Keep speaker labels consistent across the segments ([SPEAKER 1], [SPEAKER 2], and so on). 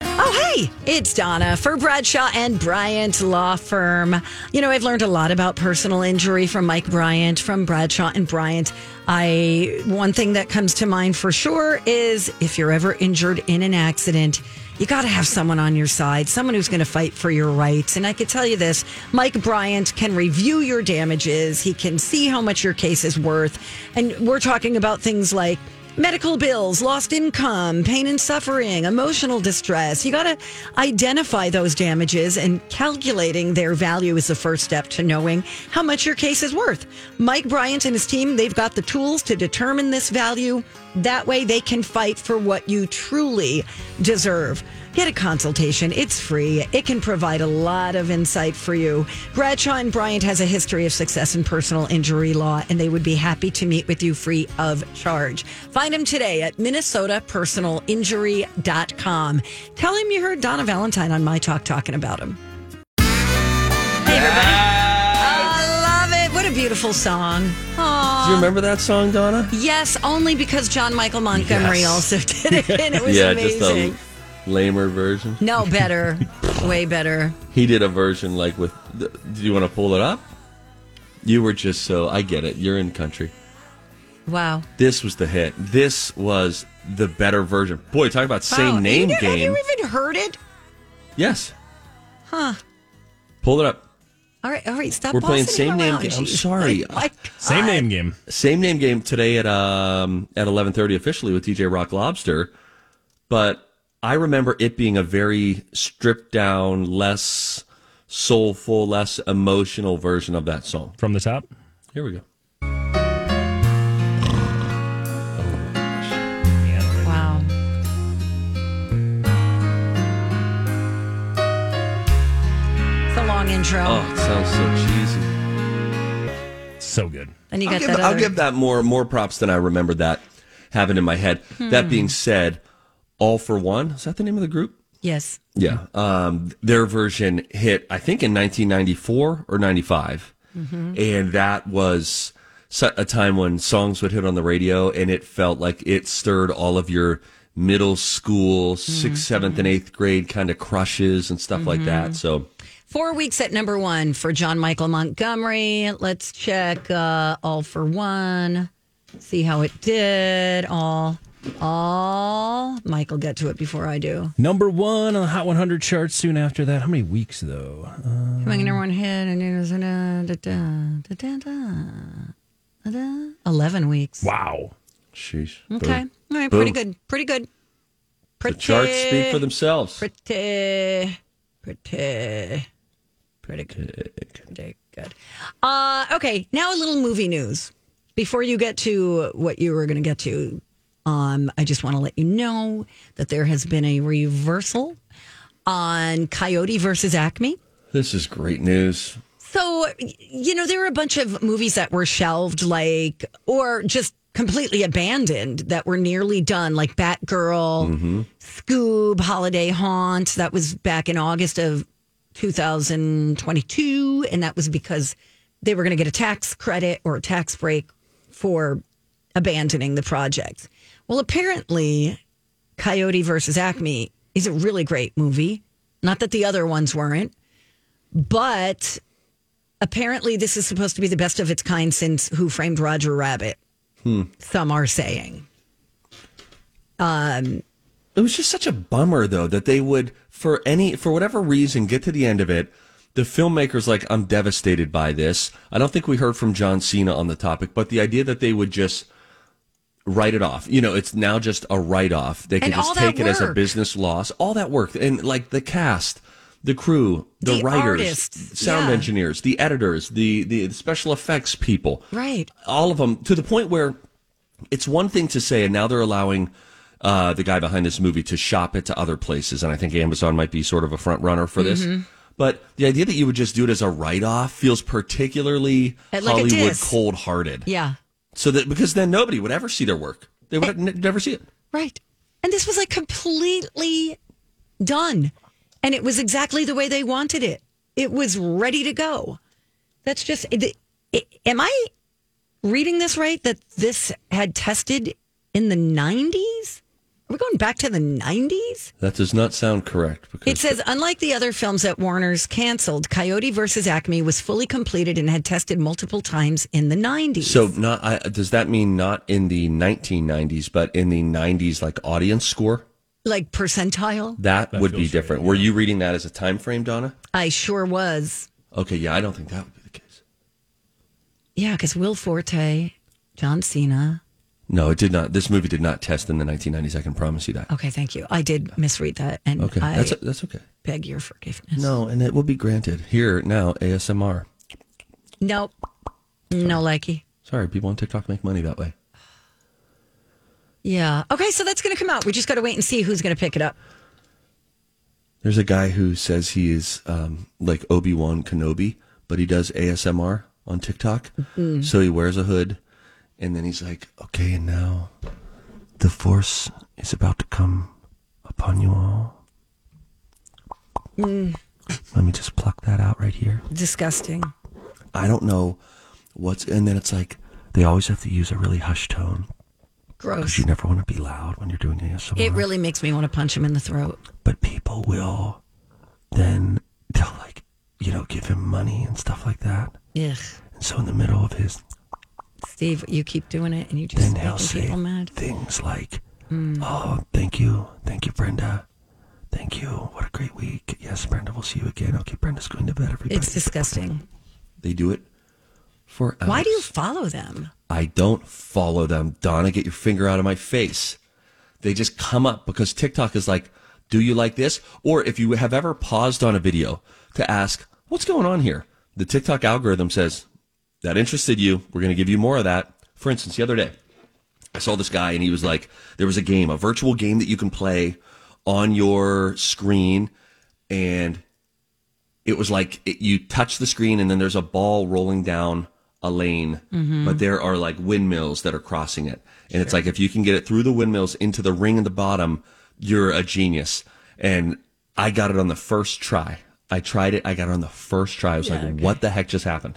[SPEAKER 1] Oh, Hey, it's Donna for Bradshaw and Bryant Law Firm. You know, I've learned a lot about personal injury from Mike Bryant, from Bradshaw and Bryant. I one thing that comes to mind for sure is if you're ever injured in an accident, you got to have someone on your side, someone who's going to fight for your rights. And I could tell you this Mike Bryant can review your damages, he can see how much your case is worth. And we're talking about things like medical bills, lost income, pain and suffering, emotional distress. You got to identify those damages and calculating their value is the first step to knowing how much your case is worth. Mike Bryant and his team, they've got the tools to determine this value. That way they can fight for what you truly deserve. Get a consultation. It's free. It can provide a lot of insight for you. Bradshaw and Bryant has a history of success in personal injury law, and they would be happy to meet with you free of charge. Find him today at minnesotapersonalinjury.com. Tell him you heard Donna Valentine on My Talk talking about him. Hey, everybody. I love it. What a beautiful song. Aww.
[SPEAKER 2] Do you remember that song, Donna?
[SPEAKER 1] Yes, only because John Michael Montgomery
[SPEAKER 2] Yes.
[SPEAKER 1] also did it, and it was
[SPEAKER 2] yeah,
[SPEAKER 1] amazing.
[SPEAKER 2] just a lamer version.
[SPEAKER 1] No, better. Way better.
[SPEAKER 2] He did a version like with. Do you want to pull it up? You were just so. I get it. You're in country.
[SPEAKER 1] Wow.
[SPEAKER 2] This was the hit. This was the better version. Boy, talk about same
[SPEAKER 1] Wow.
[SPEAKER 2] name
[SPEAKER 1] You didn't-
[SPEAKER 2] game.
[SPEAKER 1] Have you even heard it?
[SPEAKER 2] Yes.
[SPEAKER 1] Huh.
[SPEAKER 2] Pull it up.
[SPEAKER 1] All right, all right, stop.
[SPEAKER 2] We're playing
[SPEAKER 1] bossing
[SPEAKER 2] same
[SPEAKER 1] him
[SPEAKER 2] name
[SPEAKER 1] around.
[SPEAKER 2] game. I'm
[SPEAKER 1] Jeez.
[SPEAKER 2] sorry.
[SPEAKER 1] Oh my
[SPEAKER 3] Same
[SPEAKER 1] God.
[SPEAKER 3] name game.
[SPEAKER 2] Same name game today at um at 11:30 officially with DJ Rock Lobster. But I remember it being a very stripped down, less soulful, less emotional version of that song.
[SPEAKER 3] From the top.
[SPEAKER 2] Here we go.
[SPEAKER 1] Wow. It's a long intro,
[SPEAKER 2] Oh, it sounds so cheesy.
[SPEAKER 3] So good.
[SPEAKER 1] and you
[SPEAKER 2] I'll
[SPEAKER 1] got
[SPEAKER 2] give,
[SPEAKER 1] that.
[SPEAKER 2] I'll
[SPEAKER 1] other-
[SPEAKER 2] give that more more props than I remember that having in my head.
[SPEAKER 1] Hmm.
[SPEAKER 2] That being said, All for One is that the name of the group?
[SPEAKER 1] yes.
[SPEAKER 2] Yeah. Um, their version hit, I think, in 1994 or 95.
[SPEAKER 1] Mm-hmm.
[SPEAKER 2] And that was su- a time when songs would hit on the radio and it felt like it stirred all of your middle school,
[SPEAKER 1] Mm-hmm.
[SPEAKER 2] sixth, seventh, and eighth grade kind of crushes and stuff like that. So,
[SPEAKER 1] Four weeks at number one for John Michael Montgomery. Let's check uh, all for one. See how it did. All, all. Michael, get to it before I do.
[SPEAKER 3] Number one on the Hot 100 chart soon after that. How many weeks, though?
[SPEAKER 1] Coming in number one hit. and it was, uh, da, da, da, da, da, da. Eleven weeks.
[SPEAKER 3] Wow.
[SPEAKER 2] sheesh.
[SPEAKER 1] Okay.
[SPEAKER 2] Boom.
[SPEAKER 1] All right. Pretty
[SPEAKER 2] Boom.
[SPEAKER 1] good. Pretty good.
[SPEAKER 2] The
[SPEAKER 1] Pretty.
[SPEAKER 2] charts speak for themselves.
[SPEAKER 1] Pretty. Pretty. Pretty good. Pretty good. Uh, okay. Now a little movie news. Before you get to what you were going to get to, um, I just want to let you know that there has been a reversal on Coyote versus Acme.
[SPEAKER 2] This is great news.
[SPEAKER 1] So, y- you know, there were a bunch of movies that were shelved, like, or just completely abandoned that were nearly done, like Batgirl, Scoob, Holiday Haunt. That was back in August of 2022. And that was because they were going to get a tax credit or a tax break for abandoning the project. Well, apparently, Coyote versus Acme is a really great movie. Not that the other ones weren't, but apparently this is supposed to be the best of its kind since Who Framed Roger Rabbit. Some are saying.
[SPEAKER 2] It was just such a bummer though that they would for any for whatever reason get to the end of it. The filmmaker's like, I'm devastated by this. I don't think we heard from John Cena on the topic, but the idea that they would just write it off. You know, it's now just a write off. They can
[SPEAKER 1] And all
[SPEAKER 2] just
[SPEAKER 1] that
[SPEAKER 2] take it as a
[SPEAKER 1] work.
[SPEAKER 2] business loss. All that work. And like the cast, the crew, the,
[SPEAKER 1] The
[SPEAKER 2] writers,
[SPEAKER 1] artists,
[SPEAKER 2] sound
[SPEAKER 1] yeah.
[SPEAKER 2] engineers, the editors, the the special effects people
[SPEAKER 1] Right.
[SPEAKER 2] all of them to the point where it's one thing to say, and now they're allowing uh, the guy behind this movie to shop it to other places, and I think Amazon might be sort of a front runner for this.
[SPEAKER 1] Mm-hmm.
[SPEAKER 2] But the idea that you would just do it as a write off feels particularly
[SPEAKER 1] Like a
[SPEAKER 2] Hollywood
[SPEAKER 1] diss.
[SPEAKER 2] cold hearted.
[SPEAKER 1] Yeah.
[SPEAKER 2] So that because then nobody would ever see their work, they would n- never see it.
[SPEAKER 1] Right. And this was like completely done. And it was exactly the way they wanted it. It was ready to go. That's just, it, it, am I reading this right? That this had tested in the 90s? Are we going back to the 90s?
[SPEAKER 2] That does not sound correct. Because
[SPEAKER 1] It says, unlike the other films that Warner's canceled, Coyote versus Acme was fully completed and had tested multiple times in the 90s.
[SPEAKER 2] so not. I, does that mean not in the 1990s, but in the 90s, like audience score?
[SPEAKER 1] like percentile?
[SPEAKER 2] That, would be different. Were you reading that as a time frame, Donna?
[SPEAKER 1] I sure was.
[SPEAKER 2] Okay, yeah, I don't think that would be the case.
[SPEAKER 1] Yeah, because Will Forte, John Cena.
[SPEAKER 2] No, it did not. This movie did not test in the 1990s. I can promise you that.
[SPEAKER 1] Okay, thank you. I did misread that, and
[SPEAKER 2] Okay,
[SPEAKER 1] Oh, I
[SPEAKER 2] that's that's okay.
[SPEAKER 1] beg your forgiveness.
[SPEAKER 2] No, and it will be granted here now. ASMR.
[SPEAKER 1] Nope. No likey.
[SPEAKER 2] Sorry, people on TikTok make money that way.
[SPEAKER 1] Yeah. Okay, so that's going to come out. We just got to wait and see who's going to pick it up.
[SPEAKER 2] There's a guy who says he is um, like Obi Wan Kenobi, but he does ASMR on TikTok. So he wears a hood, and then he's like, "Okay, and now the Force is about to come upon you all." Let me just pluck that out right here.
[SPEAKER 1] Disgusting.
[SPEAKER 2] I don't know what's, and then it's like they always have to use a really hushed tone because
[SPEAKER 1] Gross.
[SPEAKER 2] you never want to be loud when you're doing ASMR.
[SPEAKER 1] It really makes me want to punch him in the throat.
[SPEAKER 2] but people will then they'll like you know give him money and stuff like that
[SPEAKER 1] Ugh.
[SPEAKER 2] and so in the middle of his
[SPEAKER 1] Steve, you keep doing it and you
[SPEAKER 2] then
[SPEAKER 1] just
[SPEAKER 2] they'll
[SPEAKER 1] making
[SPEAKER 2] say
[SPEAKER 1] people mad. Mm.
[SPEAKER 2] things like oh thank you thank you brenda thank you what a great week yes brenda we'll see you again okay brenda's going to bed everybody
[SPEAKER 1] It's disgusting.
[SPEAKER 2] they do it for hours.
[SPEAKER 1] Why do you follow them?
[SPEAKER 2] i don't follow them donna get your finger out of my face they just come up because tiktok is like do you like this or if you have ever paused on a video to ask what's going on here the tiktok algorithm says that interested you we're going to give you more of that for instance the other day i saw this guy and he was like there was a game a virtual game that you can play on your screen and it was like it, you touch the screen and then there's a ball rolling down a lane
[SPEAKER 1] Mm-hmm.
[SPEAKER 2] but there are like windmills that are crossing it and it's like if you can get it through the windmills into the ring in the bottom you're a genius and i got it on the first try i tried it i got it on the first try i was like what the heck just happened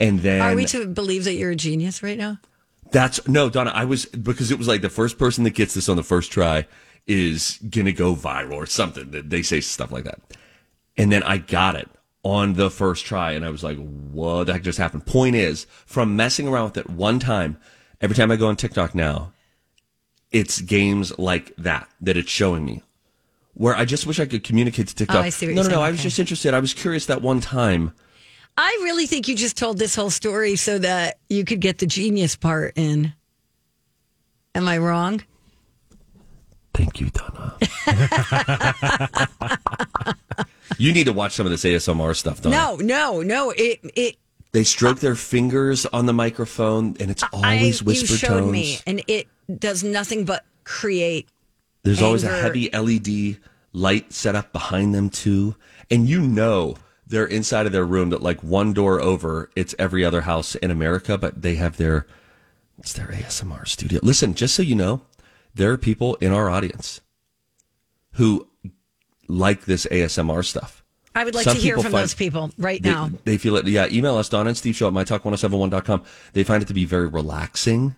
[SPEAKER 2] and then
[SPEAKER 1] Are we to believe that you're a genius right now?
[SPEAKER 2] that's no, Donna. I was because it was like the first person that gets this on the first try is gonna go viral or something. That They say stuff like that, and then I got it on the first try, and I was like, "What the heck just happened?" Point is, from messing around with it one time, every time I go on TikTok now, it's games like that that it's showing me, where I just wish I could communicate to TikTok.
[SPEAKER 1] Oh, I see what
[SPEAKER 2] no,
[SPEAKER 1] you're
[SPEAKER 2] no, no.
[SPEAKER 1] saying.
[SPEAKER 2] I was
[SPEAKER 1] Okay.
[SPEAKER 2] just interested. I was curious that one time.
[SPEAKER 1] I really think you just told this whole story so that you could get the genius part in. Am I wrong?
[SPEAKER 2] Thank you, Donna. you need to watch some of this ASMR stuff, Donna.
[SPEAKER 1] No, no, no. It it
[SPEAKER 2] They stroke their fingers on the microphone, and it's always
[SPEAKER 1] I,
[SPEAKER 2] whisper
[SPEAKER 1] you showed
[SPEAKER 2] tones.
[SPEAKER 1] me and it does nothing but create
[SPEAKER 2] There's always a
[SPEAKER 1] anger.
[SPEAKER 2] heavy LED light set up behind them too, and you know they're inside of their room. That like one door over, it's every other house in America, but they have their it's their ASMR studio. Listen, just so you know, there are people in our audience who like this ASMR stuff.
[SPEAKER 1] I would like
[SPEAKER 2] Some
[SPEAKER 1] to hear
[SPEAKER 2] people
[SPEAKER 1] from
[SPEAKER 2] find-
[SPEAKER 1] those people right
[SPEAKER 2] they,
[SPEAKER 1] now.
[SPEAKER 2] They feel it. Yeah, email us, Don and Steve Show at mytalk1071.com. They find it to be very relaxing.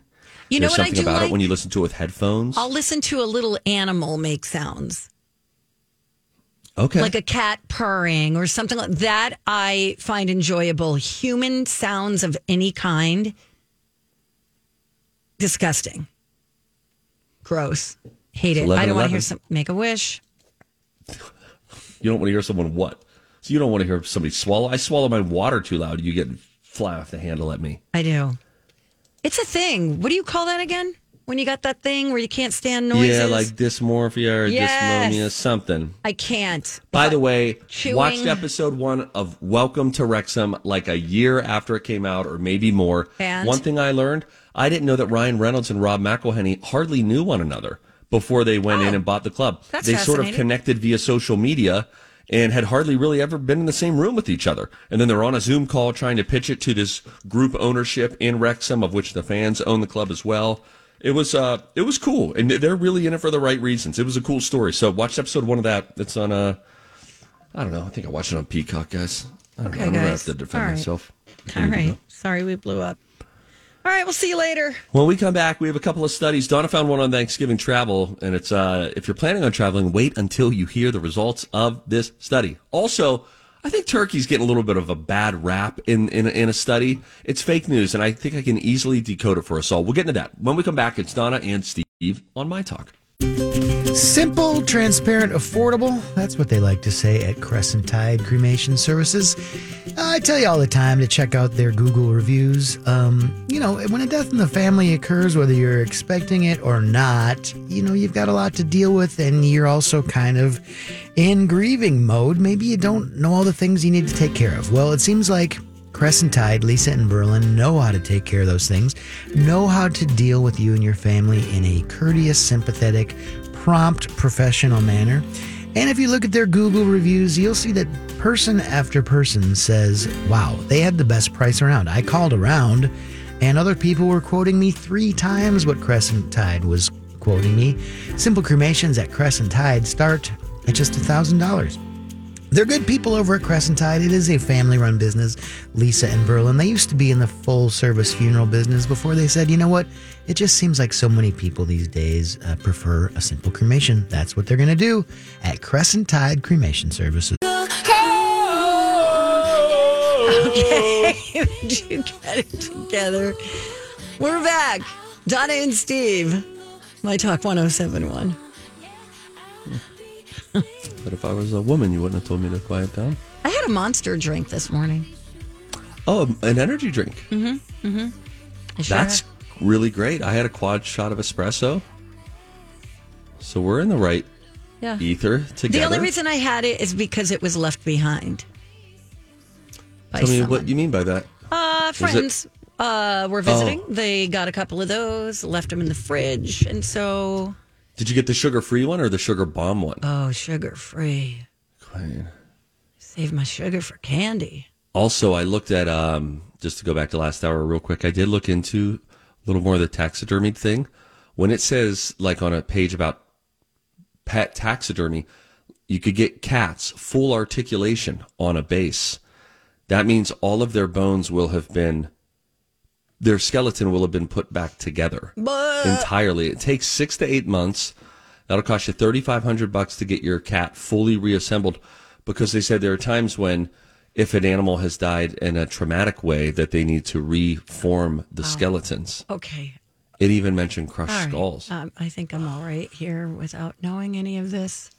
[SPEAKER 1] You know
[SPEAKER 2] There's
[SPEAKER 1] what I
[SPEAKER 2] something
[SPEAKER 1] do
[SPEAKER 2] about
[SPEAKER 1] like?
[SPEAKER 2] it when you listen to it with headphones.
[SPEAKER 1] I'll listen to a little animal make sounds,
[SPEAKER 2] okay.
[SPEAKER 1] like a cat purring or something like that. I find enjoyable. Human sounds of any kind, disgusting, gross. Hate it. I don't want to
[SPEAKER 2] 11.
[SPEAKER 1] hear some. Make a wish.
[SPEAKER 2] you don't want to hear someone what? So you don't want to hear somebody swallow. I swallow my water too loud. You get fly off the handle at me.
[SPEAKER 1] I do. It's a thing. What do you call that again? When you got that thing where you can't stand noises?
[SPEAKER 2] Yeah, like dysmorphia or
[SPEAKER 1] Yes.
[SPEAKER 2] dysmonia, something.
[SPEAKER 1] I can't.
[SPEAKER 2] By the way,
[SPEAKER 1] Chewing.
[SPEAKER 2] watched episode one of Welcome to Wrexham like a year after it came out, or maybe more.
[SPEAKER 1] And?
[SPEAKER 2] One thing I learned I didn't know that Ryan Reynolds and Rob McElhenney hardly knew one another before they went in and bought the club.
[SPEAKER 1] Oh, that's
[SPEAKER 2] they sort of
[SPEAKER 1] fascinating.
[SPEAKER 2] connected via social media and had hardly really ever been in the same room with each other. And then they're on a Zoom call trying to pitch it to this group ownership in Wrexham, of which the fans own the club as well. It was uh, it was cool, and they're really in it for the right reasons. It was a cool story. So watch episode one of that. It's on uh, I don't know. I think I watched it on Peacock, guys. I don't
[SPEAKER 1] Okay,
[SPEAKER 2] know. I'm gonna
[SPEAKER 1] guys.
[SPEAKER 2] have to defend
[SPEAKER 1] All right.
[SPEAKER 2] myself.
[SPEAKER 1] All right. Sorry we blew up. All right, we'll see you later.
[SPEAKER 2] When we come back, we have a couple of studies. Donna found one on Thanksgiving travel, and it's uh, if you're planning on traveling, wait until you hear the results of this study. Also, I think turkey's getting a little bit of a bad rap in, in, in a study. It's fake news, and I think I can easily decode it for us all. We'll get into that. When we come back, it's Donna and Steve on My Talk.
[SPEAKER 4] Simple, transparent, affordable. That's what they like to say at Crescent Tide Cremation Services. I tell you all the time to check out their Google reviews. Um, you know, when a death in the family occurs, whether you're expecting it or not, you know, you've got a lot to deal with, and you're also kind of in grieving mode. Maybe you don't know all the things you need to take care of. Well, it seems like Crescent Tide, Lisa and Berlin know how to take care of those things, know how to deal with you and your family in a courteous, sympathetic, prompt, professional manner. And if you look at their Google reviews, you'll see that person after person says, Wow, they had the best price around. I called around, and other people were quoting me three times what Crescent Tide was quoting me. Simple cremations at Crescent Tide start at just $1,000. They're good people over at Crescent Tide. It is a family run business, Lisa and Berlin. They used to be in the full service funeral business before they said, you know what? It just seems like so many people these days uh, prefer a simple cremation. That's what they're going to do at Crescent Tide Cremation Services.
[SPEAKER 1] Okay, you got it together. We're back. Donna and Steve, My Talk 1071.
[SPEAKER 2] But if I was a woman, you wouldn't have told me to quiet down.
[SPEAKER 1] I had a monster drink this morning.
[SPEAKER 2] Oh, an energy drink.
[SPEAKER 1] I sure
[SPEAKER 2] That's really great. I had a quad shot of espresso. So we're in the right
[SPEAKER 1] yeah.
[SPEAKER 2] ether together.
[SPEAKER 1] The only reason I had it is because it was left behind. by
[SPEAKER 2] Tell me
[SPEAKER 1] someone.
[SPEAKER 2] what you mean by that.
[SPEAKER 1] Uh,
[SPEAKER 2] it- Oh.
[SPEAKER 1] friends uh, were visiting. They got a couple of those, left them in the fridge, and so
[SPEAKER 2] Did you get the sugar free one or the sugar bomb one?
[SPEAKER 1] oh, sugar free.
[SPEAKER 2] Quite.
[SPEAKER 1] Save my sugar for candy.
[SPEAKER 2] Also, I looked at um, just to go back to last hour real quick. I did look into a little more of the taxidermy thing. When it says like on a page about pet taxidermy, you could get cats full articulation on a base. That means all of their bones will have been their skeleton will have been put back together entirely. It takes six to eight months. That'll cost you thirty five hundred bucks to get your cat fully reassembled, because they said there are times when, if an animal has died in a traumatic way, that they need to reform the skeletons.
[SPEAKER 1] Okay.
[SPEAKER 2] It even mentioned crushed
[SPEAKER 1] All right.
[SPEAKER 2] skulls.
[SPEAKER 1] Um, I think I'm all right here without knowing any of this.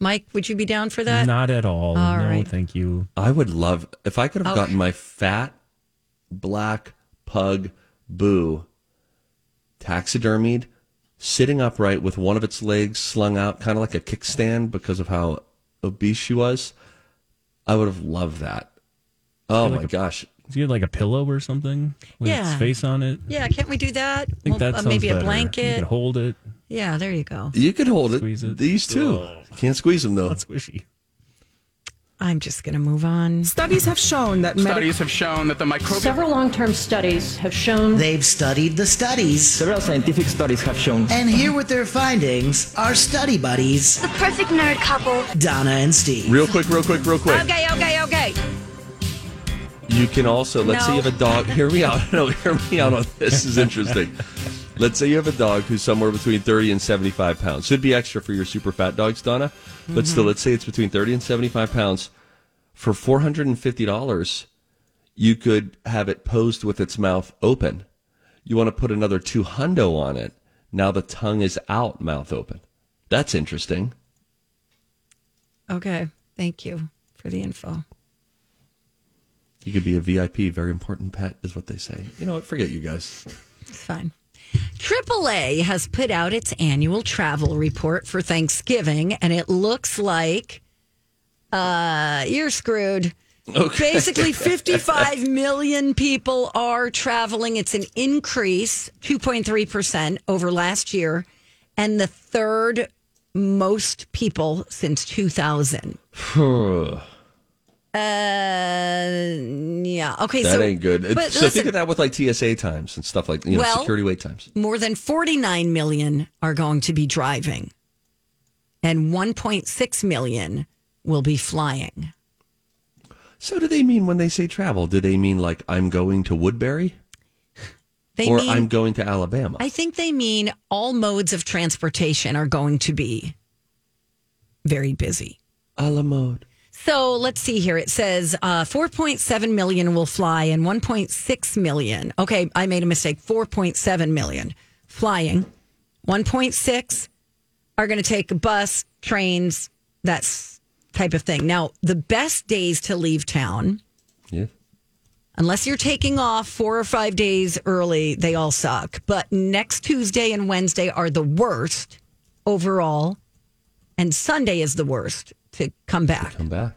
[SPEAKER 1] Mike, would you be down for that?
[SPEAKER 3] Not at all.
[SPEAKER 1] All
[SPEAKER 3] no,
[SPEAKER 1] right.
[SPEAKER 3] thank you.
[SPEAKER 2] I would love if I
[SPEAKER 3] Oh.
[SPEAKER 2] could have gotten my fat black pug boo taxidermied, sitting upright with one of its legs slung out, kind of like a kickstand because of how obese she was. I would have loved that. Oh my gosh.
[SPEAKER 3] Do you have like a pillow or something with
[SPEAKER 1] Yeah.
[SPEAKER 3] its face on it?
[SPEAKER 1] Yeah, can't we do that?
[SPEAKER 3] I think
[SPEAKER 1] Well,
[SPEAKER 3] that
[SPEAKER 1] uh,
[SPEAKER 3] sounds
[SPEAKER 1] maybe a
[SPEAKER 3] better. You
[SPEAKER 1] blanket.
[SPEAKER 3] can hold it.
[SPEAKER 1] yeah, there you go.
[SPEAKER 2] You could hold it.
[SPEAKER 3] Squeeze it. Oh.
[SPEAKER 2] These two. Can't squeeze them though.
[SPEAKER 3] That's squishy.
[SPEAKER 1] I'm just going to move on.
[SPEAKER 5] Studies have shown that medical
[SPEAKER 6] Studies have shown that the microbial
[SPEAKER 7] Several long-term studies have shown
[SPEAKER 4] They've studied the studies,
[SPEAKER 8] Several scientific studies have shown
[SPEAKER 4] and here with their findings are study buddies
[SPEAKER 9] The perfect nerd couple.
[SPEAKER 4] Donna and Steve.
[SPEAKER 2] Real quick, real quick, real quick.
[SPEAKER 1] Okay, okay, okay.
[SPEAKER 2] You can also let's say
[SPEAKER 1] No.
[SPEAKER 2] you have a dog. Hear me out. No, hear me out on this. this is interesting. let's say you have a dog who's somewhere between thirty and seventy-five pounds. Should be extra for your super fat dogs, Donna. But still, let's say it's between thirty and seventy-five pounds. For four hundred and fifty dollars, you could have it posed with its mouth open. You want to put another two hundo on it. Now the tongue is out, mouth open. That's interesting.
[SPEAKER 1] Okay. Thank you for the info.
[SPEAKER 2] You could be a VIP, very important pet, is what they say. You know what? Forget you guys.
[SPEAKER 1] It's fine. AAA has put out its annual travel report for Thanksgiving, and it looks like uh, you're screwed. Basically, 55 million people are traveling. It's an increase, 2.3% over last year, and the third most people since 2000. Uh, yeah. Okay.
[SPEAKER 2] That
[SPEAKER 1] so,
[SPEAKER 2] ain't good.
[SPEAKER 1] But
[SPEAKER 2] so
[SPEAKER 1] listen,
[SPEAKER 2] think of that with like TSA times and stuff like you know
[SPEAKER 1] Well-
[SPEAKER 2] security wait times.
[SPEAKER 1] more than 49 million are going to be driving and 1.6 million will be flying.
[SPEAKER 2] So do they mean when they say travel? Do they mean like I'm going to Woodbury?
[SPEAKER 1] They
[SPEAKER 2] or
[SPEAKER 1] mean,
[SPEAKER 2] I'm going to Alabama.
[SPEAKER 1] I think they mean all modes of transportation are going to be very busy.
[SPEAKER 2] a la mode.
[SPEAKER 1] So let's see here. It says uh, 4.7 million will fly and 1.6 million. Okay, I made a mistake. 4.7 million flying. 1.6 are going to take bus, trains, that s- type of thing. Now, the best days to leave town,
[SPEAKER 2] Yeah.
[SPEAKER 1] unless you're taking off four or five days early, they all suck. But next Tuesday and Wednesday are the worst overall, and Sunday is the worst to come back.
[SPEAKER 2] Come back.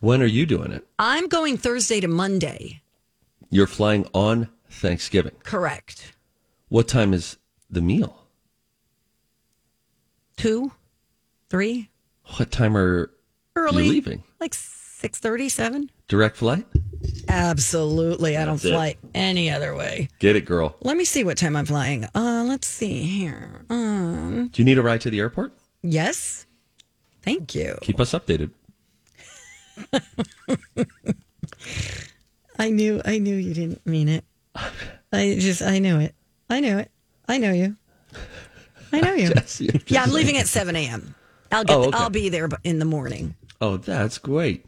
[SPEAKER 2] When are you doing it?
[SPEAKER 1] I'm going Thursday to Monday.
[SPEAKER 2] You're flying on Thanksgiving.
[SPEAKER 1] Correct.
[SPEAKER 2] What time is the meal?
[SPEAKER 1] Two, three,
[SPEAKER 2] What time are
[SPEAKER 1] early.
[SPEAKER 2] you leaving?
[SPEAKER 1] Like six thirty, seven.
[SPEAKER 2] Direct flight?
[SPEAKER 1] Absolutely. I don't
[SPEAKER 2] it.
[SPEAKER 1] fly any other way.
[SPEAKER 2] Get it, girl.
[SPEAKER 1] Let me see what time I'm flying. Uh, let's see here. Um,
[SPEAKER 2] Do you need a ride to the airport?
[SPEAKER 1] yes. Thank you.
[SPEAKER 2] Keep us updated.
[SPEAKER 1] I knew. I knew you didn't mean it. I just. I knew it. I knew it. I know you. I know you. yeah, I'm leaving at seven a.m. I'll get.
[SPEAKER 2] Oh, okay.
[SPEAKER 1] I'll be there in the morning.
[SPEAKER 2] Oh, that's great.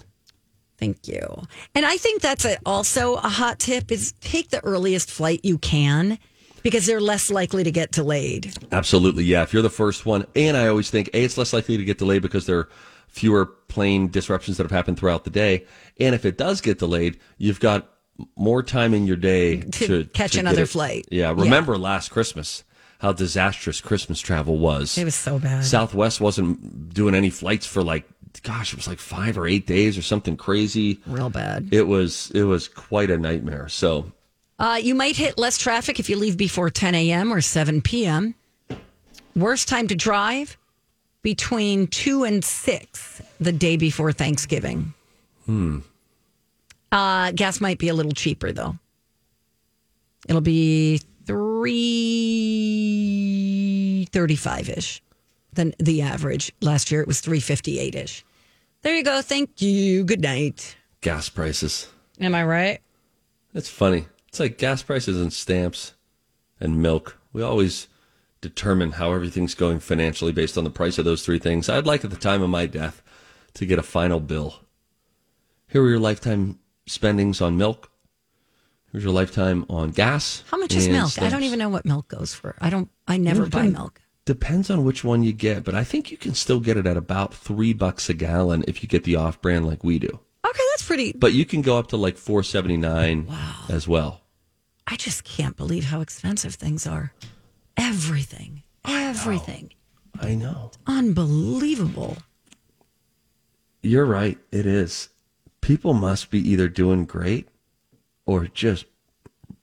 [SPEAKER 1] Thank you. And I think that's a, also a hot tip is take the earliest flight you can because they're less likely to get delayed.
[SPEAKER 2] Absolutely, yeah. If you're the first one, and I always think a, it's less likely to get delayed because there are fewer plane disruptions that have happened throughout the day, and if it does get delayed, you've got more time in your day to,
[SPEAKER 1] catch
[SPEAKER 2] get
[SPEAKER 1] another
[SPEAKER 2] it.
[SPEAKER 1] flight.
[SPEAKER 2] Yeah,
[SPEAKER 1] Yeah.
[SPEAKER 2] remember last Christmas how disastrous Christmas travel was.
[SPEAKER 1] It was so bad.
[SPEAKER 2] Southwest wasn't doing any flights for like, gosh, it was like five or eight days or something crazy.
[SPEAKER 1] Real bad.
[SPEAKER 2] It was it was quite a nightmare. So
[SPEAKER 1] Uh, you might hit less traffic if you leave before 10 a.m. or 7 p.m. Worst time to drive between 2 and 6 the day before Thanksgiving. Hmm. Uh, gas might be a little cheaper though. It'll be 335ish than the average. Last year it was 358ish. There you go. Thank you. Good night.
[SPEAKER 2] gas prices.
[SPEAKER 1] Am I right?
[SPEAKER 2] That's funny. It's like gas prices and stamps and milk. We always determine how everything's going financially based on the price of those three things. I'd like at the time of my death to get a final bill. Here are your lifetime spendings on milk. Here's your lifetime on gas.
[SPEAKER 1] How much is
[SPEAKER 2] and
[SPEAKER 1] milk? I
[SPEAKER 2] stamps.
[SPEAKER 1] don't even know what milk goes for. I don't. I never buy
[SPEAKER 2] Mm-hmm.
[SPEAKER 1] milk.
[SPEAKER 2] Depends on which one you get, but I think you can still get it at about three bucks a gallon if you get the off brand like we do.
[SPEAKER 1] Okay, that's pretty.
[SPEAKER 2] But you can go up to like four seventy nine as well.
[SPEAKER 1] I just can't believe how expensive things are. Everything, everything,
[SPEAKER 2] I know.
[SPEAKER 1] unbelievable.
[SPEAKER 2] You're right. It is. People must be either doing great or just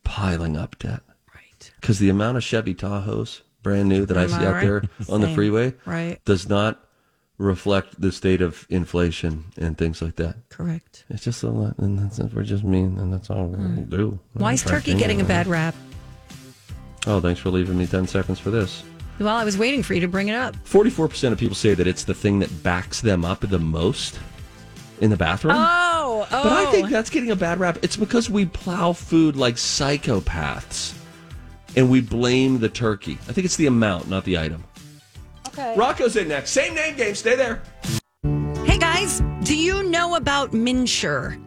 [SPEAKER 2] piling up debt.
[SPEAKER 1] Right.
[SPEAKER 2] Because the amount of Chevy Tahoes, brand new, that I
[SPEAKER 1] Am
[SPEAKER 2] see
[SPEAKER 1] I
[SPEAKER 2] out
[SPEAKER 1] right?
[SPEAKER 2] there on the
[SPEAKER 1] Same.
[SPEAKER 2] freeway,
[SPEAKER 1] Right.
[SPEAKER 2] does not reflect the state of inflation and things like that.
[SPEAKER 1] Correct.
[SPEAKER 2] It's just a lot, and that's it. We're just mean, and that's all we do.
[SPEAKER 1] Why is turkey getting a bad rap?
[SPEAKER 2] Oh, thanks for leaving me 10 seconds for this.
[SPEAKER 1] Well, I was waiting for you to bring it up.
[SPEAKER 2] 44% of people say that it's the thing that backs them up the most in the bathroom.
[SPEAKER 1] Oh, oh.
[SPEAKER 2] But I think that's getting a bad rap. It's because we plow food like psychopaths and we blame the turkey. I think it's the amount, not the item. Okay. Rocco's in next. Same name game. Stay there.
[SPEAKER 1] Hey guys, do you know about Minsure?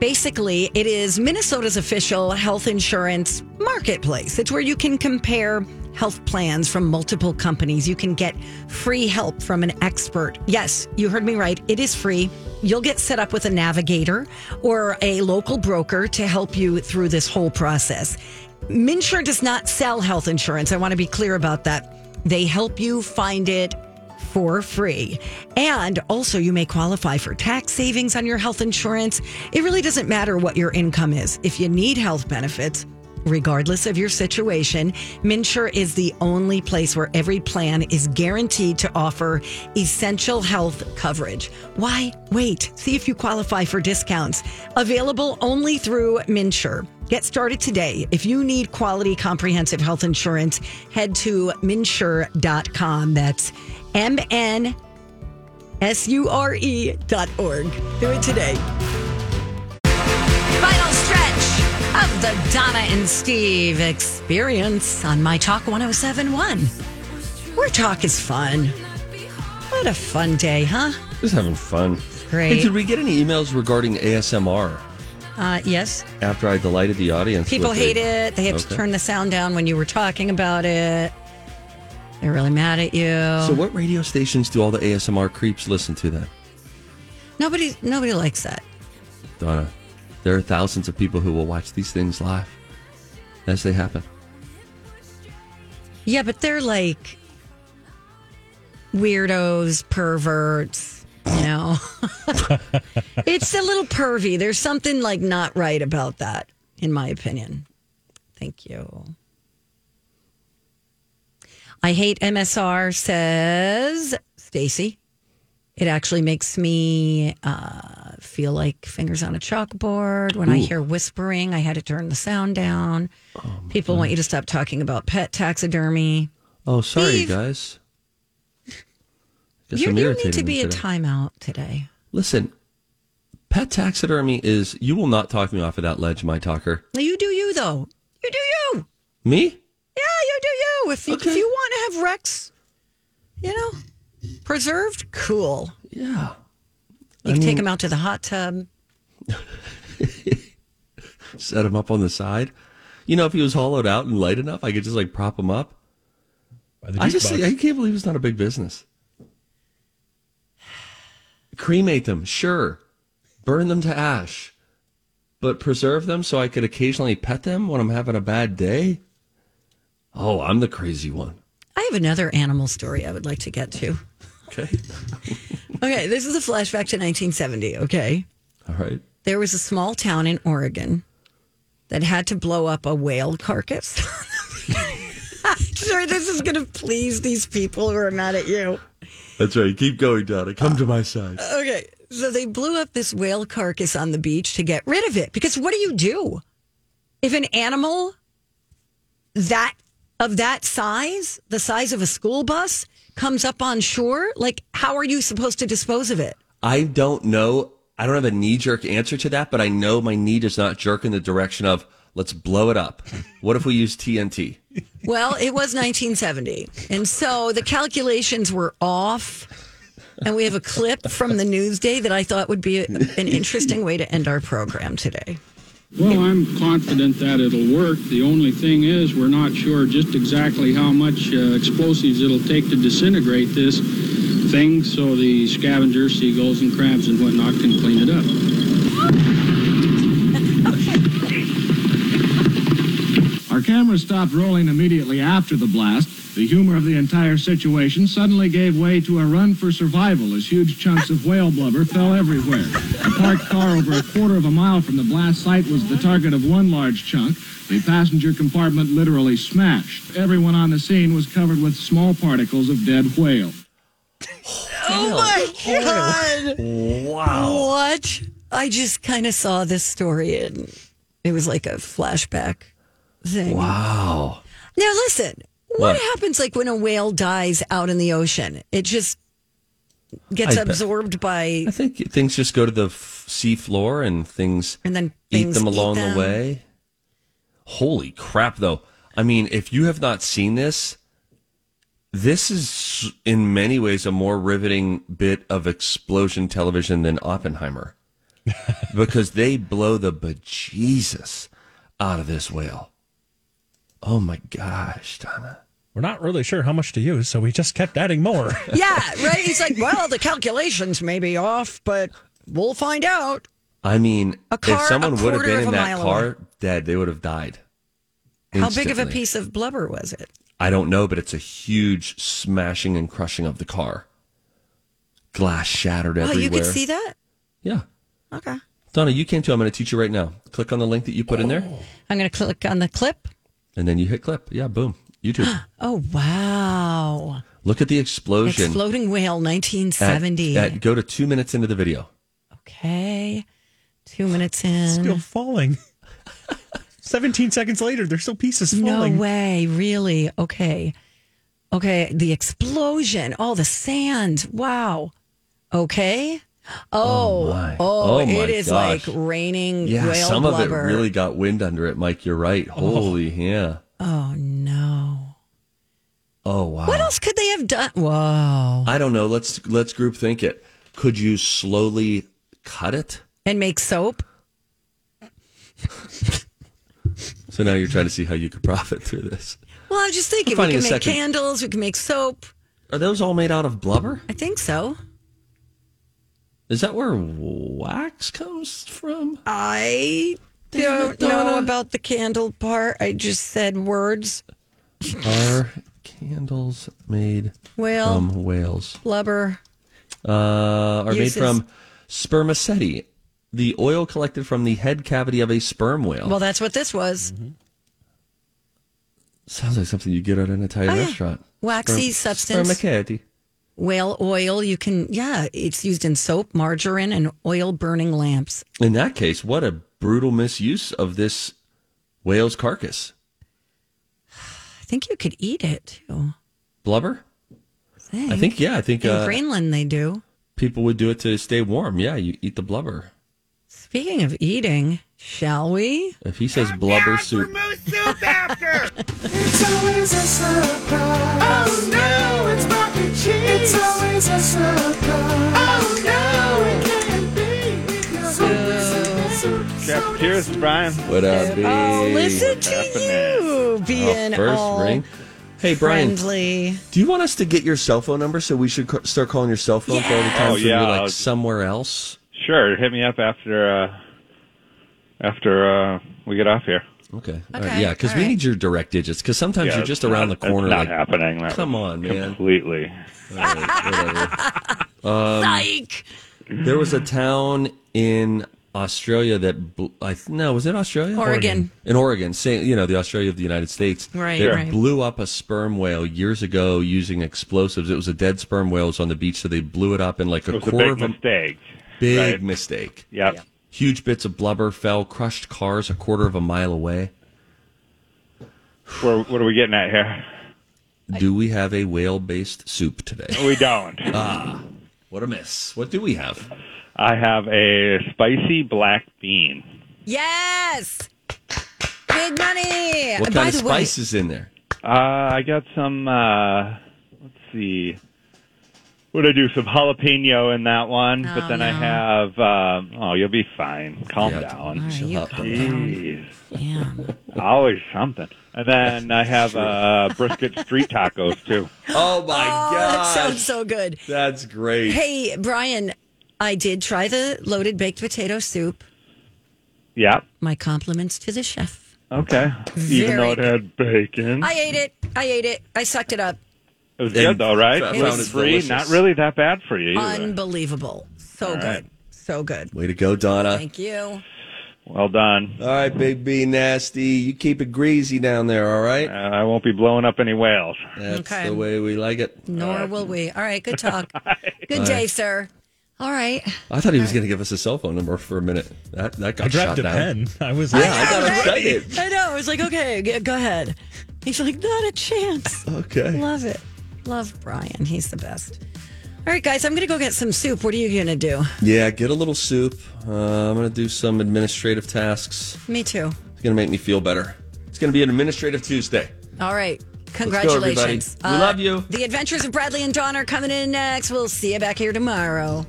[SPEAKER 1] Basically, it is Minnesota's official health insurance marketplace. It's where you can compare health plans from multiple companies. You can get free help from an expert. Yes, you heard me right. It is free. You'll get set up with a navigator or a local broker to help you through this whole process. Minsure does not sell health insurance. I want to be clear about that. They help you find it for free. And also, you may qualify for tax savings on your health insurance. It really doesn't matter what your income is. If you need health benefits, regardless of your situation, Minsure is the only place where every plan is guaranteed to offer essential health coverage. Why wait? See if you qualify for discounts. Available only through Minsure. Get started today. If you need quality comprehensive health insurance, head to minsure.com. That's M N S U R E dot org. Do it today. Final stretch of the Donna and Steve experience on My Talk 1071. Where talk is fun. What a fun day, huh?
[SPEAKER 2] Just having fun.
[SPEAKER 1] Great.
[SPEAKER 2] Hey, did we get any emails regarding ASMR
[SPEAKER 1] Uh, yes.
[SPEAKER 2] after I delighted the audience?
[SPEAKER 1] People
[SPEAKER 2] with
[SPEAKER 1] hate it. They have to
[SPEAKER 2] Okay.
[SPEAKER 1] turn the sound down when you were talking about it. They're really mad at you.
[SPEAKER 2] So, what radio stations do all the ASMR creeps listen to then?
[SPEAKER 1] nobody nobody likes that.
[SPEAKER 2] Donna, there are thousands of people who will watch these things live as they happen.
[SPEAKER 1] Yeah, but they're like weirdos, perverts, you know. it's a little pervy. There's something like not right about that, in my opinion. Thank you. I hate MSR, says Stacy. It actually makes me uh, feel like fingers on a chalkboard. When I hear whispering, I had to turn the sound down. People
[SPEAKER 2] Hmm.
[SPEAKER 1] want you to stop talking about pet taxidermy.
[SPEAKER 2] Oh, sorry,
[SPEAKER 1] Steve.
[SPEAKER 2] guys. Guess
[SPEAKER 1] You,
[SPEAKER 2] I'm
[SPEAKER 1] you
[SPEAKER 2] irritating
[SPEAKER 1] need to
[SPEAKER 2] them
[SPEAKER 1] be a
[SPEAKER 2] today.
[SPEAKER 1] timeout today.
[SPEAKER 2] Listen, pet taxidermy is. You will not talk me off of that ledge, my talker.
[SPEAKER 1] Now, You do you though. You do you.
[SPEAKER 2] Me?
[SPEAKER 1] Yeah, you do you. If you, if
[SPEAKER 2] Okay.
[SPEAKER 1] you want to have Rex, you know, preserved, cool.
[SPEAKER 2] Yeah.
[SPEAKER 1] You can take him out to the hot tub.
[SPEAKER 2] Set him up on the side. You know, if he was hollowed out and light enough, I could just like prop him up.
[SPEAKER 3] By the
[SPEAKER 2] I
[SPEAKER 3] juice
[SPEAKER 2] just
[SPEAKER 3] box.
[SPEAKER 2] I can't believe it's not a big business. Cremate them, sure. Burn them to ash. But preserve them so I could occasionally pet them when I'm having a bad day? Oh, I'm the crazy one.
[SPEAKER 1] I have another animal story I would like to get to.
[SPEAKER 2] Okay.
[SPEAKER 1] Okay, this is a flashback to 1970. Okay.
[SPEAKER 2] All right.
[SPEAKER 1] There was a small town in Oregon that had to blow up a whale carcass. I'm sure this is going to please these people who are mad at you.
[SPEAKER 2] That's right. Keep going, Donna. Come to my side.
[SPEAKER 1] Okay. So they blew up this whale carcass on the beach to get rid of it. Because what do you do? If an animal that of that size, the size of a school bus, comes up on shore, like how are you supposed to dispose of it?
[SPEAKER 2] I don't know. I don't have a knee jerk answer to that, but I know my knee does not jerk in the direction of let's blow it up. What if we use TNT?
[SPEAKER 1] Well, it was 1970. And so the calculations were off. And we have a clip from the Newsday that I thought would be an interesting way to end our program today.
[SPEAKER 5] Well, I'm confident that it'll work. The only thing is, we're not sure just exactly how much uh, explosives it'll take to disintegrate this thing so the scavengers, seagulls, and crabs and whatnot can clean it up.
[SPEAKER 6] Our camera stopped rolling immediately after the blast. The humor of the entire situation suddenly gave way to a run for survival as huge chunks of whale blubber fell everywhere. A parked car over a quarter of a mile from the blast site was the target of one large chunk. The passenger compartment literally smashed. Everyone on the scene was covered with small particles of dead whale.
[SPEAKER 1] Oh my God.
[SPEAKER 2] Wow.
[SPEAKER 1] What? I just kind of saw this story and it was like a flashback thing.
[SPEAKER 2] Wow.
[SPEAKER 1] Now, listen, what,
[SPEAKER 2] What?
[SPEAKER 1] happens like when a whale dies out in the ocean? It just gets
[SPEAKER 2] I bet-
[SPEAKER 1] absorbed by,
[SPEAKER 2] I think things just go to the f- sea floor and things
[SPEAKER 1] and then
[SPEAKER 2] eat
[SPEAKER 1] things
[SPEAKER 2] them along
[SPEAKER 1] them.
[SPEAKER 2] the way. Holy crap, though. I mean, if you have not seen this, this is in many ways a more riveting bit of explosion television than Oppenheimer because they blow the bejesus out of this whale. Oh my gosh, Donna.
[SPEAKER 3] We're not really sure how much to use, so we just kept adding more.
[SPEAKER 1] Yeah, right. He's like, well, the calculations may be off, but we'll find out.
[SPEAKER 2] I mean,
[SPEAKER 1] A car
[SPEAKER 2] if
[SPEAKER 1] a
[SPEAKER 2] someone would have
[SPEAKER 1] quarter
[SPEAKER 2] been
[SPEAKER 1] of
[SPEAKER 2] in
[SPEAKER 1] a
[SPEAKER 2] that
[SPEAKER 1] mile
[SPEAKER 2] car
[SPEAKER 1] away.
[SPEAKER 2] dead, they would have died.
[SPEAKER 1] How big of a
[SPEAKER 2] Instantly.
[SPEAKER 1] piece of blubber was it?
[SPEAKER 2] I don't know, but it's a huge smashing and crushing of the car. Glass shattered
[SPEAKER 1] Oh,
[SPEAKER 2] everywhere.
[SPEAKER 1] you could see that?
[SPEAKER 2] Yeah.
[SPEAKER 1] Okay.
[SPEAKER 2] Donna, you can too. I'm going to teach you right now. Click on the link that you put in there,
[SPEAKER 1] I'm going to click on the clip.
[SPEAKER 2] and then you hit clip. Yeah, boom. YouTube.
[SPEAKER 1] Oh, wow.
[SPEAKER 2] Look at the explosion.
[SPEAKER 1] Exploding Whale,
[SPEAKER 2] at-
[SPEAKER 1] 1970.
[SPEAKER 2] at- go to two minutes into the video.
[SPEAKER 1] okay. Two minutes in.
[SPEAKER 3] still falling. 17 seconds later, there's still pieces
[SPEAKER 1] no
[SPEAKER 3] falling.
[SPEAKER 1] way. Really? Okay. Okay. The explosion. All the sand. Wow. Okay. Oh,
[SPEAKER 2] my.
[SPEAKER 1] oh,
[SPEAKER 2] Oh, my
[SPEAKER 1] it is
[SPEAKER 2] gosh.
[SPEAKER 1] like raining
[SPEAKER 2] Yeah,
[SPEAKER 1] whale
[SPEAKER 2] some
[SPEAKER 1] blubber.
[SPEAKER 2] of it really got wind under it, Mike. You're right. Holy yeah.
[SPEAKER 1] Oh no!
[SPEAKER 2] Oh wow.
[SPEAKER 1] What else could they have done? Whoa!
[SPEAKER 2] I don't know. Let's let's group think it. Could you slowly cut it?
[SPEAKER 1] And make soap?
[SPEAKER 2] So now you're trying to see how you could profit through this.
[SPEAKER 1] Well, I was just thinking we
[SPEAKER 2] finding
[SPEAKER 1] can
[SPEAKER 2] a
[SPEAKER 1] make
[SPEAKER 2] second-
[SPEAKER 1] candles. We can make soap.
[SPEAKER 2] Are those all made out of blubber?
[SPEAKER 1] I think so.
[SPEAKER 2] Is that where wax comes from?
[SPEAKER 1] I don't know about the candle part. I just said words.
[SPEAKER 2] Are candles made
[SPEAKER 1] Whale
[SPEAKER 2] from whales?
[SPEAKER 1] blubber.
[SPEAKER 2] Uh, are
[SPEAKER 1] Uses.
[SPEAKER 2] made from spermaceti, the oil collected from the head cavity of a sperm whale.
[SPEAKER 1] Well, that's what this was.
[SPEAKER 2] mm-hmm. Sounds like something you get at an Italian
[SPEAKER 1] Oh, yeah.
[SPEAKER 2] restaurant.
[SPEAKER 1] Waxy
[SPEAKER 2] Sperm-
[SPEAKER 1] substance.
[SPEAKER 2] Spermaceti.
[SPEAKER 1] Whale oil. You can, yeah, it's used in soap, margarine, and oil burning lamps.
[SPEAKER 2] In that case, what a brutal misuse of this whale's carcass.
[SPEAKER 1] I think you could eat it too.
[SPEAKER 2] Blubber? I think, yeah, I think
[SPEAKER 1] in
[SPEAKER 2] uh,
[SPEAKER 1] Greenland they do.
[SPEAKER 2] people would do it to stay warm. Yeah, you eat the blubber.
[SPEAKER 1] Speaking of eating, shall we?
[SPEAKER 2] If he says blubber soup,
[SPEAKER 8] Chef, cheers, Brian.
[SPEAKER 2] would uh, be
[SPEAKER 1] Oh, listen
[SPEAKER 8] happening?
[SPEAKER 1] to you being
[SPEAKER 2] our first
[SPEAKER 1] all
[SPEAKER 2] ring. Hey, Brian,
[SPEAKER 1] friendly.
[SPEAKER 2] do you want us to get your cell phone number so we should ca- start calling your cell phone for all the time
[SPEAKER 8] Oh,
[SPEAKER 2] when
[SPEAKER 8] yeah,
[SPEAKER 2] you're
[SPEAKER 8] I'll-
[SPEAKER 2] like somewhere else?
[SPEAKER 8] Sure, hit me up after uh, after uh, we get off here.
[SPEAKER 2] Okay. All right.
[SPEAKER 1] Okay,
[SPEAKER 2] Yeah, because
[SPEAKER 1] all
[SPEAKER 2] we
[SPEAKER 1] right.
[SPEAKER 2] need your direct digits. Because sometimes
[SPEAKER 8] Yeah,
[SPEAKER 2] you're just
[SPEAKER 8] it's
[SPEAKER 2] around
[SPEAKER 8] not-
[SPEAKER 2] the corner.
[SPEAKER 8] It's not
[SPEAKER 2] like,
[SPEAKER 8] happening. That
[SPEAKER 2] Come
[SPEAKER 8] was
[SPEAKER 2] on, man.
[SPEAKER 8] Completely.
[SPEAKER 2] Um,
[SPEAKER 1] Psych.
[SPEAKER 2] There was a town in Australia that bl- I th- no was it Australia
[SPEAKER 1] Oregon.
[SPEAKER 2] in Oregon saying you know the Australia of the United States
[SPEAKER 1] Right,
[SPEAKER 2] that
[SPEAKER 1] right.
[SPEAKER 2] blew up a sperm whale years ago using explosives it was a dead sperm whale it was on the beach so they blew it up in like a
[SPEAKER 8] It was a
[SPEAKER 2] quarter of
[SPEAKER 8] big
[SPEAKER 2] a
[SPEAKER 8] mistake.
[SPEAKER 2] big
[SPEAKER 8] right?
[SPEAKER 2] mistake
[SPEAKER 8] Yep.
[SPEAKER 2] huge bits of blubber fell crushed cars a quarter of a mile away
[SPEAKER 8] Where, what are we getting at here?
[SPEAKER 2] do we have a whale based soup today
[SPEAKER 8] We don't.
[SPEAKER 2] Uh, what a miss what do we have
[SPEAKER 1] Uh,
[SPEAKER 8] I have a spicy black bean.
[SPEAKER 1] Yes. Big money.
[SPEAKER 2] what
[SPEAKER 1] By
[SPEAKER 2] kind of
[SPEAKER 1] the way,
[SPEAKER 2] spice is in there
[SPEAKER 8] Uh, I got some. Uh, let's see. What I do? Some jalapeno in that one,
[SPEAKER 1] Oh,
[SPEAKER 8] but then I have. Uh, oh, you'll be fine. Calm
[SPEAKER 2] Yeah.
[SPEAKER 8] down.
[SPEAKER 1] All right,
[SPEAKER 2] Shut
[SPEAKER 1] you
[SPEAKER 2] up.
[SPEAKER 1] calm down.
[SPEAKER 8] Jeez.
[SPEAKER 1] Yeah.
[SPEAKER 2] Oh
[SPEAKER 8] Always something. And then I have uh, brisket street tacos too.
[SPEAKER 2] oh my
[SPEAKER 1] Oh, that
[SPEAKER 2] god
[SPEAKER 1] sounds so good.
[SPEAKER 2] that's great
[SPEAKER 1] Hey, Brian, I did try the loaded baked potato soup.
[SPEAKER 8] Yep.
[SPEAKER 1] My compliments to the chef.
[SPEAKER 8] Okay.
[SPEAKER 1] Very
[SPEAKER 8] Even though it had bacon,
[SPEAKER 1] I ate it. I ate it. I sucked it up.
[SPEAKER 8] it was good though, right?
[SPEAKER 2] That
[SPEAKER 8] It was
[SPEAKER 2] sounded
[SPEAKER 8] free.
[SPEAKER 2] delicious.
[SPEAKER 8] Not really that bad for you. Either.
[SPEAKER 1] Unbelievable. So good. So good.
[SPEAKER 2] way to go Donna
[SPEAKER 1] Thank you.
[SPEAKER 8] well done.
[SPEAKER 2] All right, Big B Nasty. You keep it greasy down there, all
[SPEAKER 8] Uh,
[SPEAKER 2] right?
[SPEAKER 8] I won't be blowing up any whales.
[SPEAKER 2] That's
[SPEAKER 1] Okay.
[SPEAKER 2] the way we like it.
[SPEAKER 1] Nor will we. All right. Good talk. Good day, sir. All right.
[SPEAKER 2] I thought he was going to give us a cell phone number for a minute. That that got
[SPEAKER 3] I
[SPEAKER 2] shot
[SPEAKER 3] dropped a
[SPEAKER 2] down.
[SPEAKER 3] pen. I was
[SPEAKER 2] Yeah, I got excited.
[SPEAKER 1] I know. I was like, okay, g- go ahead. He's like, not a chance.
[SPEAKER 2] Okay.
[SPEAKER 1] Love it. Love Brian. He's the best. All right, guys, I'm going to go get some soup. What are you going to do?
[SPEAKER 2] Yeah, get a little soup. Uh, I'm going to do some administrative tasks.
[SPEAKER 1] Me too.
[SPEAKER 2] It's going to make me feel better. It's going to be an administrative Tuesday.
[SPEAKER 1] All right.
[SPEAKER 2] everybody.
[SPEAKER 1] Congratulations. Uh,
[SPEAKER 2] We love you.
[SPEAKER 1] The Adventures of Bradley and Dawn are coming in next. We'll see you back here tomorrow.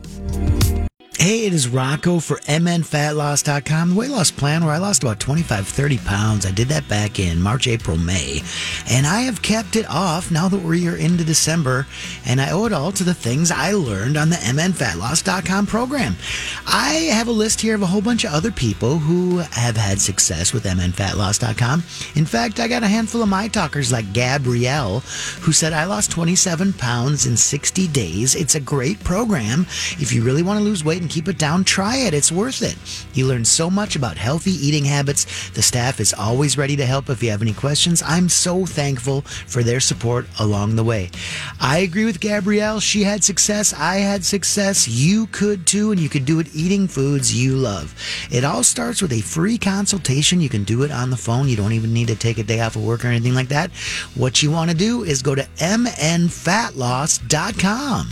[SPEAKER 4] Hey, it is Rocco for MNFatLoss.com. The weight loss plan where I lost about 25, 30 pounds. I did that back in March, April, May. And I have kept it off now that we are into December. And I owe it all to the things I learned on the MNFatLoss.com program. I have a list here of a whole bunch of other people who have had success with MNFatLoss.com. In fact, I got a handful of my talkers like Gabrielle, who said, I lost 27 pounds in 60 days. It's a great program. If you really want to lose weight and keep it down, try it. It's worth it. You learn so much about healthy eating habits. The staff is always ready to help if you have any questions. I'm so thankful for their support along the way. I agree with Gabrielle. She had success. I had success. You could too, and you could do it eating foods you love. It all starts with a free consultation. You can do it on the phone. You don't even need to take a day off of work or anything like that. What you want to do is go to mnfatloss.com.